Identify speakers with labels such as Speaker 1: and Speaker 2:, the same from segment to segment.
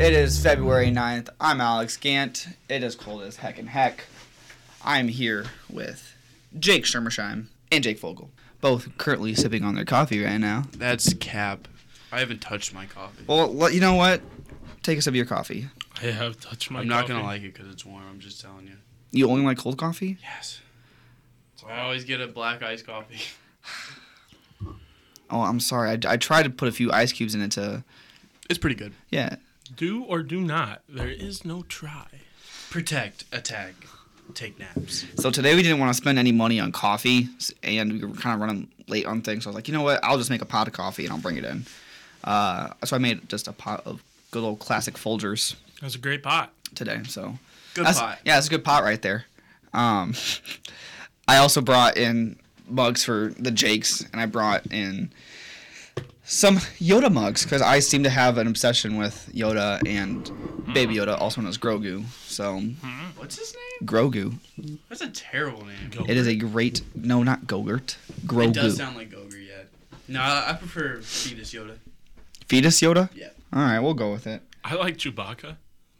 Speaker 1: is February 9th. I'm Alex Gant. It is cold as heck and heck. I'm here with Jake Schermersheim and Jake Vogel, both currently sipping on their coffee right now.
Speaker 2: That's cap. I haven't touched my coffee.
Speaker 1: Well, let- you know what? Take a sip of your coffee.
Speaker 3: I have touched my.
Speaker 2: I'm not gonna
Speaker 3: coffee.
Speaker 2: like it because it's warm. I'm just telling you.
Speaker 1: You only like cold coffee?
Speaker 2: Yes. So I always get a black iced coffee.
Speaker 1: Oh, I'm sorry. I, I tried to put a few ice cubes in it to.
Speaker 2: It's pretty good.
Speaker 1: Yeah.
Speaker 3: Do or do not. There is no try.
Speaker 2: Protect, attack, take naps.
Speaker 1: So today we didn't want to spend any money on coffee, s- and we were kind of running late on things. So I was like, you know what? I'll just make a pot of coffee and I'll bring it in. Uh, so I made just a pot of good old classic Folgers
Speaker 3: That's a great pot.
Speaker 1: today. So
Speaker 2: Good
Speaker 1: That's-
Speaker 2: pot.
Speaker 1: Yeah, it's a good pot right there. Um, I also brought in mugs for the Jakes, and I brought in some Yoda mugs because I seem to have an obsession with Yoda and Baby Yoda, also known as Grogu. So
Speaker 2: What's his name?
Speaker 1: Grogu.
Speaker 2: That's a terrible name.
Speaker 3: Go.
Speaker 1: It is a great no, not Gogurt. Grogu.
Speaker 2: It does sound like Gogri yet. No, I, I prefer fetus Yoda.
Speaker 1: Fetus Yoda.
Speaker 2: Yeah.
Speaker 1: All right, we'll go with it.
Speaker 3: I like Chewbacca,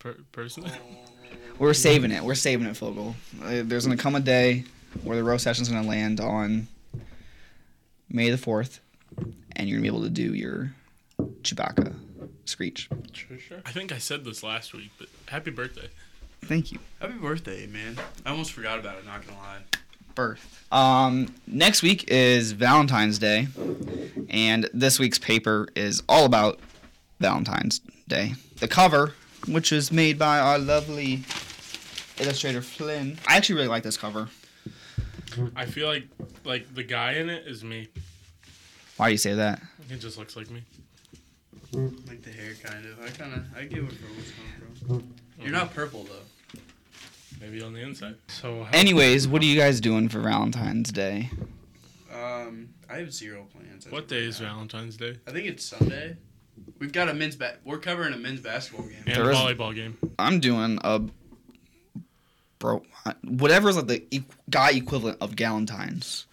Speaker 3: per- personally.
Speaker 2: Oh,
Speaker 1: We're saving it. We're saving it, Fogel. Uh, there's gonna come a day where the roast session's gonna land on May the fourth, and you're gonna be able to do your Chewbacca screech.
Speaker 2: Sure, sure.
Speaker 3: I think I said this last week, but happy birthday.
Speaker 1: Thank you.
Speaker 2: Happy birthday, man. I almost forgot about it. Not gonna lie.
Speaker 1: Birth. Um, next week is Valentine's Day, and this week's paper is all about Valentine's Day. The cover, which is made by our lovely illustrator Flynn. I actually really like this cover.
Speaker 3: I feel like like the guy in it is me.
Speaker 1: Why do you say that?
Speaker 3: He just looks like me.
Speaker 2: Like the hair, kind of. I kind of. I get where purple's coming from. You're not purple though.
Speaker 3: Maybe on the inside. So how-
Speaker 1: Anyways, what are you guys doing for Valentine's Day?
Speaker 2: Um, I have zero plans. as
Speaker 3: What
Speaker 2: of
Speaker 3: day
Speaker 2: right
Speaker 3: is
Speaker 2: now.
Speaker 3: Valentine's Day?
Speaker 2: I think it's Sunday. We've got a men's ba- we're covering a men's basketball game.
Speaker 3: And
Speaker 1: There is-
Speaker 3: volleyball game.
Speaker 1: I'm doing a bro, whatever's like the e- guy equivalent of Galentine's.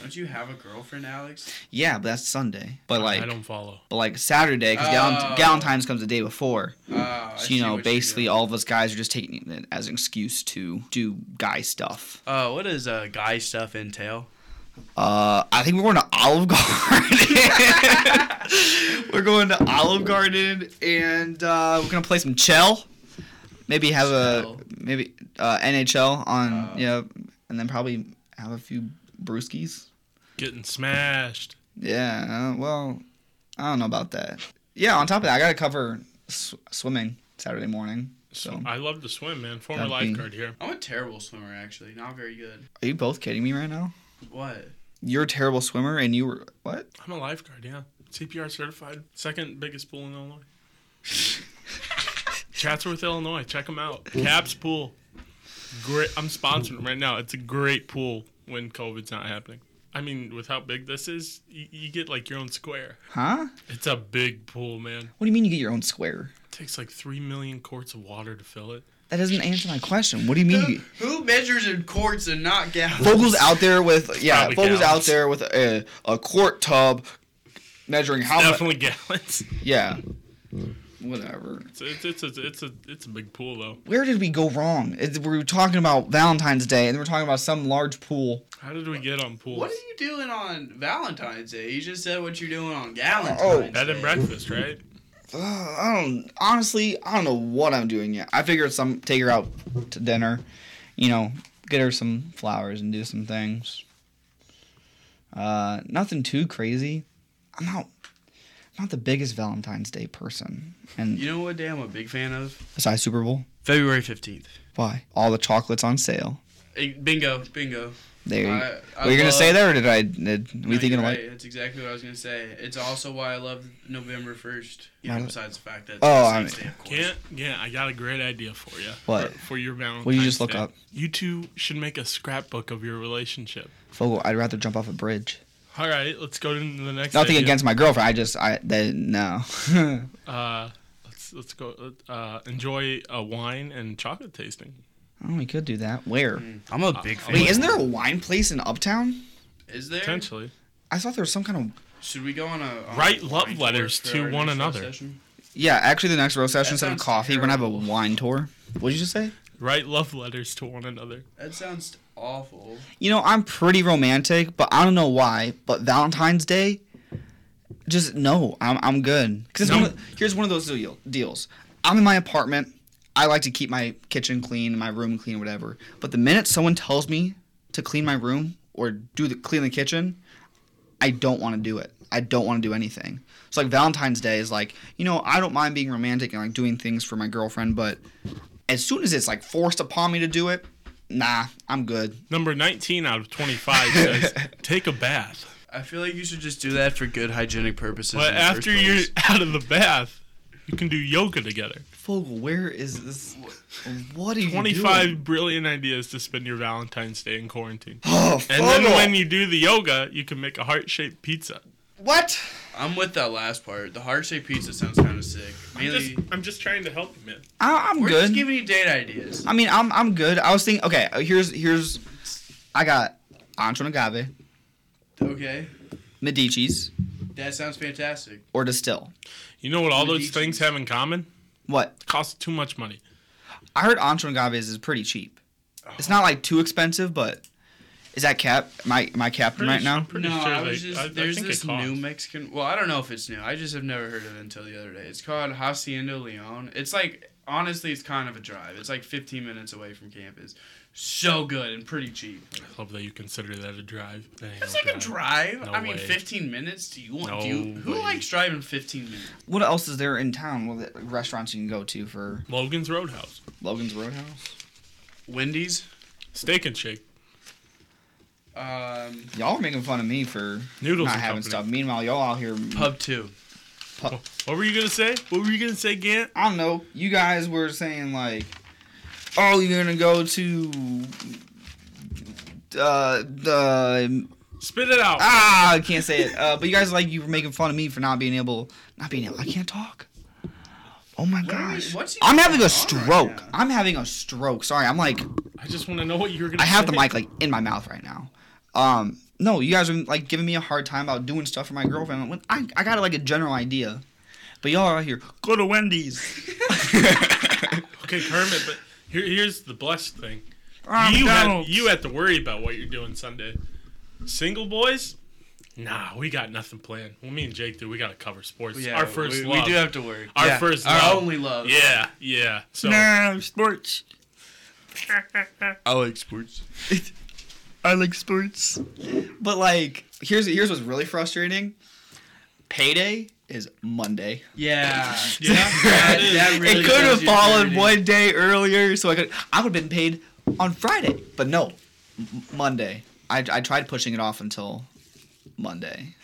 Speaker 2: Don't you have a girlfriend, Alex?
Speaker 1: Yeah, but that's Sunday. But
Speaker 3: I
Speaker 1: like,
Speaker 3: don't follow.
Speaker 1: but like Saturday because
Speaker 2: Oh.
Speaker 1: Galentine's comes the day before.
Speaker 2: Uh, I
Speaker 1: So
Speaker 2: see
Speaker 1: you know,
Speaker 2: what you're
Speaker 1: basically
Speaker 2: doing.
Speaker 1: all of us guys are just taking it as an excuse to do guy stuff.
Speaker 2: Uh, what does uh, guy stuff entail?
Speaker 1: Uh, I think we're going to Olive Garden. we're going to Olive Garden and uh, we're gonna play some chell. Maybe have
Speaker 2: Chell.
Speaker 1: a maybe uh, NHL on
Speaker 2: Uh.
Speaker 1: you know, and then probably have a few brewskis.
Speaker 3: Getting smashed.
Speaker 1: Yeah, uh, well, I don't know about that. Yeah, on top of that, I gotta cover sw- swimming Saturday morning. So,
Speaker 3: I love to swim, man. Former
Speaker 1: That'd be-
Speaker 3: lifeguard here.
Speaker 2: I'm a terrible swimmer, actually. Not very good.
Speaker 1: are you both kidding me right now?
Speaker 2: What?
Speaker 1: You're a terrible swimmer, and you were what?
Speaker 3: I'm a lifeguard, yeah. CPR certified. Second biggest pool in Illinois. Chatsworth, Illinois. Check them out. Caps Pool. Great. I'm sponsoring 'em right now. It's a great pool when COVID's not happening. I mean, with how big this is, you, you get like your own square.
Speaker 1: Huh?
Speaker 3: It's a big pool, man.
Speaker 1: What do you mean you get your own square?
Speaker 3: It takes like three million quarts of water to fill it.
Speaker 1: That doesn't answer my question. What do you mean? You-
Speaker 2: Who measures in quarts and not gallons?
Speaker 1: Vogel's out there with yeah.
Speaker 3: Probably
Speaker 1: Vogel's out
Speaker 3: gallons.
Speaker 1: there with a, a quart tub, measuring how much.
Speaker 3: Definitely gallons.
Speaker 1: Yeah. Whatever.
Speaker 3: It's, it's, it's, a, it's, a, it's a big pool, though.
Speaker 1: Where did we go wrong? It- we were talking about Valentine's Day, and then we're talking about some large pool.
Speaker 3: How did we get on pools?
Speaker 2: What are you doing on Valentine's Day? You just said what you're doing on Valentine's
Speaker 1: Oh.
Speaker 2: Day.
Speaker 3: Bed and breakfast, right?
Speaker 1: Ugh, I don't honestly. I don't know what I'm doing yet. I figured some take her out to dinner, you know, get her some flowers and do some things. Uh, nothing too crazy. I'm not. I'm not the biggest Valentine's Day person, and
Speaker 2: You know what day I'm a big fan of?
Speaker 1: besides Super Bowl,
Speaker 2: February 15th.
Speaker 1: why all the chocolates on sale?
Speaker 2: Eh, Bingo, bingo.
Speaker 1: There. you
Speaker 2: I- I
Speaker 1: were you gonna
Speaker 2: love-
Speaker 1: say that, or did I? Did, we
Speaker 2: No,
Speaker 1: thinking
Speaker 2: you're
Speaker 1: like?
Speaker 2: right. That's exactly what I was gonna say. It's also why I love November first. You
Speaker 1: Why
Speaker 2: know,
Speaker 1: not?
Speaker 2: besides the fact that it's
Speaker 1: Oh,
Speaker 2: the
Speaker 1: I
Speaker 2: Saints'
Speaker 1: mean-
Speaker 2: Day, of course.
Speaker 3: Can't, yeah, I got a great idea for you.
Speaker 1: What?
Speaker 3: For, for your Valentine's
Speaker 1: What did you just look
Speaker 3: Day.
Speaker 1: up?
Speaker 3: You two should make a scrapbook of your relationship.
Speaker 1: Fogle, I'd rather jump off a bridge.
Speaker 3: All right, let's go to the next.
Speaker 1: Nothing
Speaker 3: idea.
Speaker 1: against my girlfriend. I just, I, they, no. Oh,
Speaker 3: Uh, let's let's go. Uh, enjoy a wine and chocolate tasting.
Speaker 1: oh, we could do that. Where?
Speaker 2: I'm a big fan.
Speaker 1: Wait, isn't there a wine place in Uptown?
Speaker 2: Is there?
Speaker 3: Potentially,
Speaker 1: I thought there was some kind
Speaker 2: Should we go on a on
Speaker 3: Write
Speaker 2: a
Speaker 3: love
Speaker 2: wine
Speaker 3: letters
Speaker 2: tour for
Speaker 3: to
Speaker 2: our
Speaker 3: one
Speaker 2: next
Speaker 3: another.
Speaker 2: session?
Speaker 1: of. Yeah, actually, the next row session
Speaker 2: That
Speaker 1: instead of
Speaker 2: sounds
Speaker 1: coffee, we're gonna have a
Speaker 2: terrible.
Speaker 1: wine tour. What did you just say?
Speaker 3: Write love letters to one another.
Speaker 2: That sounds awful.
Speaker 1: You know, I'm pretty romantic, but I don't know why. But Valentine's Day, just no, I'm I'm good. Cause it's
Speaker 3: No.
Speaker 1: one of, here's one of those deal, deals. I'm in my apartment. I like to keep my kitchen clean, my room clean, whatever. But the minute someone tells me to clean my room or do the clean the kitchen, I don't want to do it. I don't want to do anything. So like Valentine's Day is like, you know, I don't mind being romantic and like doing things for my girlfriend, but as soon as it's like forced upon me to do it, nah, I'm good.
Speaker 3: Number 19 out of 25 says, take a bath.
Speaker 2: I feel like you should just do that for good hygienic purposes.
Speaker 3: But
Speaker 2: in the
Speaker 3: after
Speaker 2: first
Speaker 3: you're
Speaker 2: place.
Speaker 3: out of the bath, you can do yoga together.
Speaker 1: Fogel, where is this? What are you
Speaker 3: 25
Speaker 1: doing?
Speaker 3: brilliant ideas to spend your Valentine's Day in quarantine.
Speaker 1: Oh,
Speaker 3: And
Speaker 1: Fogel.
Speaker 3: then when you do the yoga, you can make a heart shaped pizza.
Speaker 1: what?
Speaker 2: I'm with that last part. The heart shaped pizza sounds kind of sick.
Speaker 3: I'm
Speaker 2: Mainly,
Speaker 3: just, I'm just trying to help you, man.
Speaker 1: I, I'm
Speaker 2: we're
Speaker 1: good.
Speaker 2: just giving you date ideas.
Speaker 1: I mean, I'm I'm good. I was thinking. Okay, uh, here's here's. I got Ancho and Agave,
Speaker 2: Okay,
Speaker 1: Medici's,
Speaker 2: that sounds fantastic.
Speaker 1: or Distill.
Speaker 3: You know what all those
Speaker 2: Medici's.
Speaker 3: things have in common?
Speaker 1: What?
Speaker 3: Cost too much money.
Speaker 1: I heard Ancho and Agave is pretty cheap. It's not like too expensive, but is that cap? My my captain
Speaker 3: Pretty
Speaker 1: right
Speaker 3: su-
Speaker 1: now.
Speaker 3: I'm pretty
Speaker 2: no,
Speaker 3: sure
Speaker 2: I
Speaker 3: they-
Speaker 2: was just
Speaker 3: I- I
Speaker 2: there's
Speaker 3: think it
Speaker 2: this
Speaker 3: costs.
Speaker 2: new Mexican. Well, I don't know if it's new. I just have never heard of it until the other day. It's called Hacienda Leon. It's like honestly, it's kind of a drive. It's like 15 minutes away from campus. So good and pretty cheap.
Speaker 3: I love that you consider that a drive. That ain't
Speaker 2: It's
Speaker 3: no
Speaker 2: like a drive.
Speaker 3: No
Speaker 2: I mean,
Speaker 3: way.
Speaker 2: 15 minutes. Do you want?
Speaker 3: No
Speaker 2: do you, who
Speaker 3: way.
Speaker 2: likes driving 15 minutes?
Speaker 1: What else is there in town? Well, that, restaurants you can go to for
Speaker 3: Logan's Roadhouse,
Speaker 1: Logan's Roadhouse.
Speaker 2: Wendy's.
Speaker 3: Steak and Shake,
Speaker 2: Um,
Speaker 1: Y'all are making fun of me for
Speaker 3: Noodles
Speaker 1: not
Speaker 3: and
Speaker 1: having
Speaker 3: Company.
Speaker 1: stuff. Meanwhile, y'all out here
Speaker 2: Pub Two.
Speaker 3: What were you gonna say? What were you gonna say, Gant?
Speaker 1: I don't know. You guys were saying like, oh, you're gonna go to uh, the
Speaker 3: Spit it out.
Speaker 1: ah, I can't say it. Uh, but you guys like you were making fun of me for not being able, not being able. I can't talk. Oh my
Speaker 2: What are we-
Speaker 1: gosh.
Speaker 2: what's even
Speaker 1: I'm having a
Speaker 2: going on right
Speaker 1: stroke.
Speaker 2: now?
Speaker 1: I'm having a stroke. Sorry. I'm like,
Speaker 3: I just want to know what you were gonna.
Speaker 1: I have the
Speaker 3: say.
Speaker 1: mic like in my mouth right now. Um, no, you guys are like giving me a hard time about doing stuff for my girlfriend. When I I got like a general idea, but y'all are out here. Go to Wendy's.
Speaker 3: Okay, Kermit, but here, here's the blessed thing.
Speaker 1: Ah,
Speaker 3: you have
Speaker 1: McDonald's.
Speaker 3: you have to worry about what you're doing Sunday. Single boys, nah, we got nothing planned. Well, me and Jake do. We gotta cover sports. our first
Speaker 2: we,
Speaker 3: love.
Speaker 2: We do have to work.
Speaker 3: Our
Speaker 2: Yeah.
Speaker 3: first
Speaker 2: Our
Speaker 3: love.
Speaker 2: only love.
Speaker 3: yeah, yeah. So
Speaker 1: Nah, sports.
Speaker 2: I like sports.
Speaker 1: I like sports. But like, here's here's what's really frustrating. Payday is Monday.
Speaker 2: Yeah.
Speaker 3: yeah, that is-
Speaker 2: that really
Speaker 1: it could
Speaker 2: tells
Speaker 1: have
Speaker 2: you
Speaker 1: fallen
Speaker 2: everything.
Speaker 1: one day earlier, so I could I would have been paid on Friday. But no, M- Monday. I I tried pushing it off until Monday.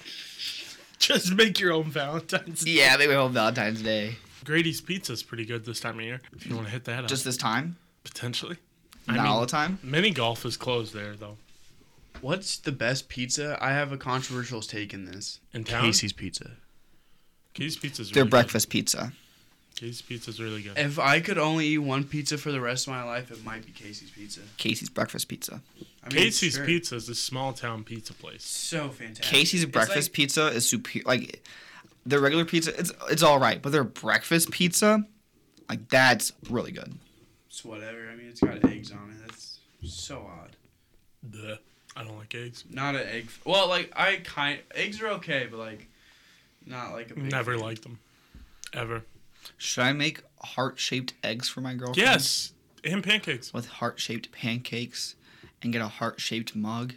Speaker 3: just make your own Valentine's. Day.
Speaker 1: Yeah, maybe on Valentine's Day.
Speaker 3: Grady's Pizza's pretty good this time of year. If you want to hit that up,
Speaker 1: Just this time,
Speaker 3: potentially. I
Speaker 1: not
Speaker 3: mean-
Speaker 1: all the time.
Speaker 3: Mini golf is closed there though.
Speaker 2: What's the best pizza? I have a controversial take in this.
Speaker 3: In town,
Speaker 2: Casey's Pizza.
Speaker 3: Casey's Pizza's
Speaker 1: Their
Speaker 3: really
Speaker 1: breakfast pizza.
Speaker 3: Good. Casey's Pizza's really good.
Speaker 2: If I could only eat one pizza for the rest of my life, it might be Casey's Pizza.
Speaker 1: Casey's breakfast pizza.
Speaker 2: I
Speaker 3: Casey's
Speaker 2: sure.
Speaker 3: Pizza is a small town pizza place.
Speaker 2: So fantastic.
Speaker 1: Casey's
Speaker 2: It's
Speaker 1: breakfast
Speaker 2: like-
Speaker 1: pizza is superior. Like their regular pizza, it's it's all right, but their breakfast pizza, like that's really good.
Speaker 2: it's whatever. I mean, it's got eggs on it. That's so odd.
Speaker 3: Bleh. I don't like eggs.
Speaker 2: Not an egg. Well, like I kind eggs are okay, but like not like a big
Speaker 3: Never
Speaker 2: fan.
Speaker 3: liked them, ever.
Speaker 1: Should I make heart shaped eggs for my girlfriend?
Speaker 3: Yes, and pancakes.
Speaker 1: With heart shaped pancakes, and get a heart shaped mug,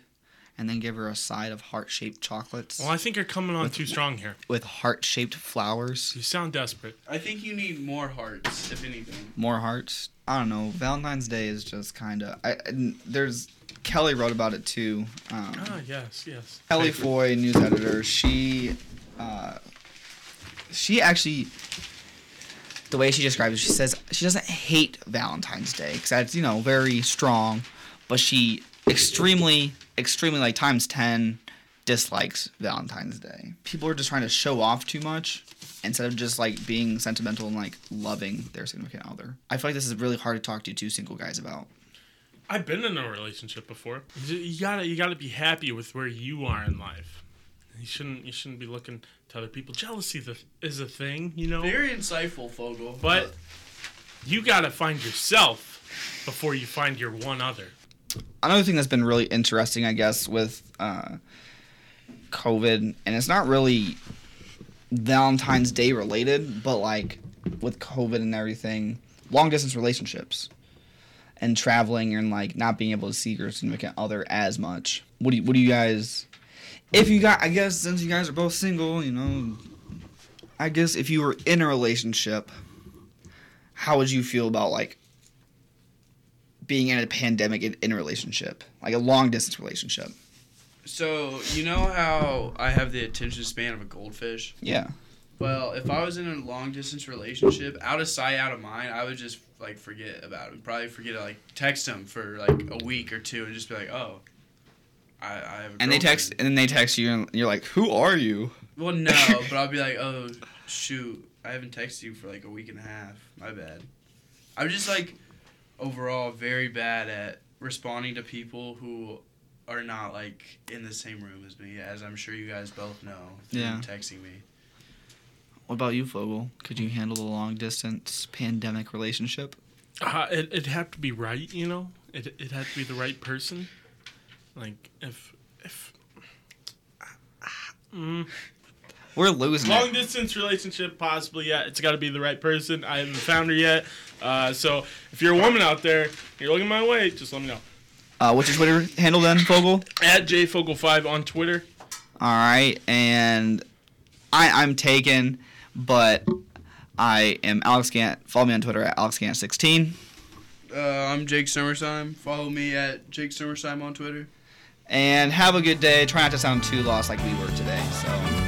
Speaker 1: and then give her a side of heart shaped chocolates
Speaker 3: Well, I think you're coming on too strong here.
Speaker 1: with heart shaped flowers.
Speaker 3: You sound desperate.
Speaker 2: I think you need more hearts, if anything.
Speaker 1: more hearts. I don't know. Valentine's Day is just kind of. I and there's Kelly wrote about it too. Um,
Speaker 3: Ah, yes, yes.
Speaker 1: Kelly
Speaker 3: Thank you.
Speaker 1: Foy, news editor. She, uh, she actually. The way she describes it, she says she doesn't hate Valentine's Day because that's you know very strong, but she extremely, extremely like times ten dislikes Valentine's Day. People are just trying to show off too much instead of just like being sentimental and like loving their significant other. I feel like this is really hard to talk to two single guys about.
Speaker 3: I've been in a relationship before. You ju- You gotta, you gotta be happy with where you are in life. You shouldn't. You shouldn't be looking to other people. Jealousy the, is a thing, you know.
Speaker 2: Very insightful, Fogel.
Speaker 3: But you gotta find yourself before you find your one other.
Speaker 1: another thing that's been really interesting, I guess, with uh, COVID, and it's not really Valentine's Day related, but like with COVID and everything, long distance relationships and traveling and like not being able to see your significant other as much. What do you, what do you guys? If you got, I guess since you guys are both single, you know, I guess if you were in a relationship, how would you feel about like being in a pandemic in, in a relationship, like a long distance relationship.
Speaker 2: So you know how I have the attention span of a goldfish.
Speaker 1: Yeah.
Speaker 2: Well, if I was in a long distance relationship, out of sight, out of mind, I would just like forget about him. Probably forget to like text him for like a week or two, and just be like, oh, I, I have. A
Speaker 1: And they text,
Speaker 2: girlfriend.
Speaker 1: and then they text you, and you're like, "Who are you?"
Speaker 2: Well, no, but I'll be like, oh shoot, I haven't texted you for like a week and a half. My bad. I'm just like overall very bad at responding to people who are not like in the same room as me, as I'm sure you guys both know. through
Speaker 1: Yeah.
Speaker 2: Texting me.
Speaker 1: What about you, Fogel? Could you handle a long distance pandemic relationship?
Speaker 3: Uh, it, it'd have to be right, you know. It it had to be the right person. Like if if mm,
Speaker 1: We're losing. it.
Speaker 3: long distance relationship, possibly yeah, it's got to be the right person. I haven't found her yet. Uh, so if you're a woman out there, you're looking my way, just let me know.
Speaker 1: Uh, what's your Twitter handle then, Fogel?
Speaker 3: At jfogle5 on Twitter.
Speaker 1: All right, and I I'm taken, but I am Alex Gant. Follow me on Twitter at alexgant16,
Speaker 2: Uh, I'm Jake Summersheim. Follow me at Jake Summersheim on Twitter.
Speaker 1: and have a good day. Try not to sound too lost like we were today. So.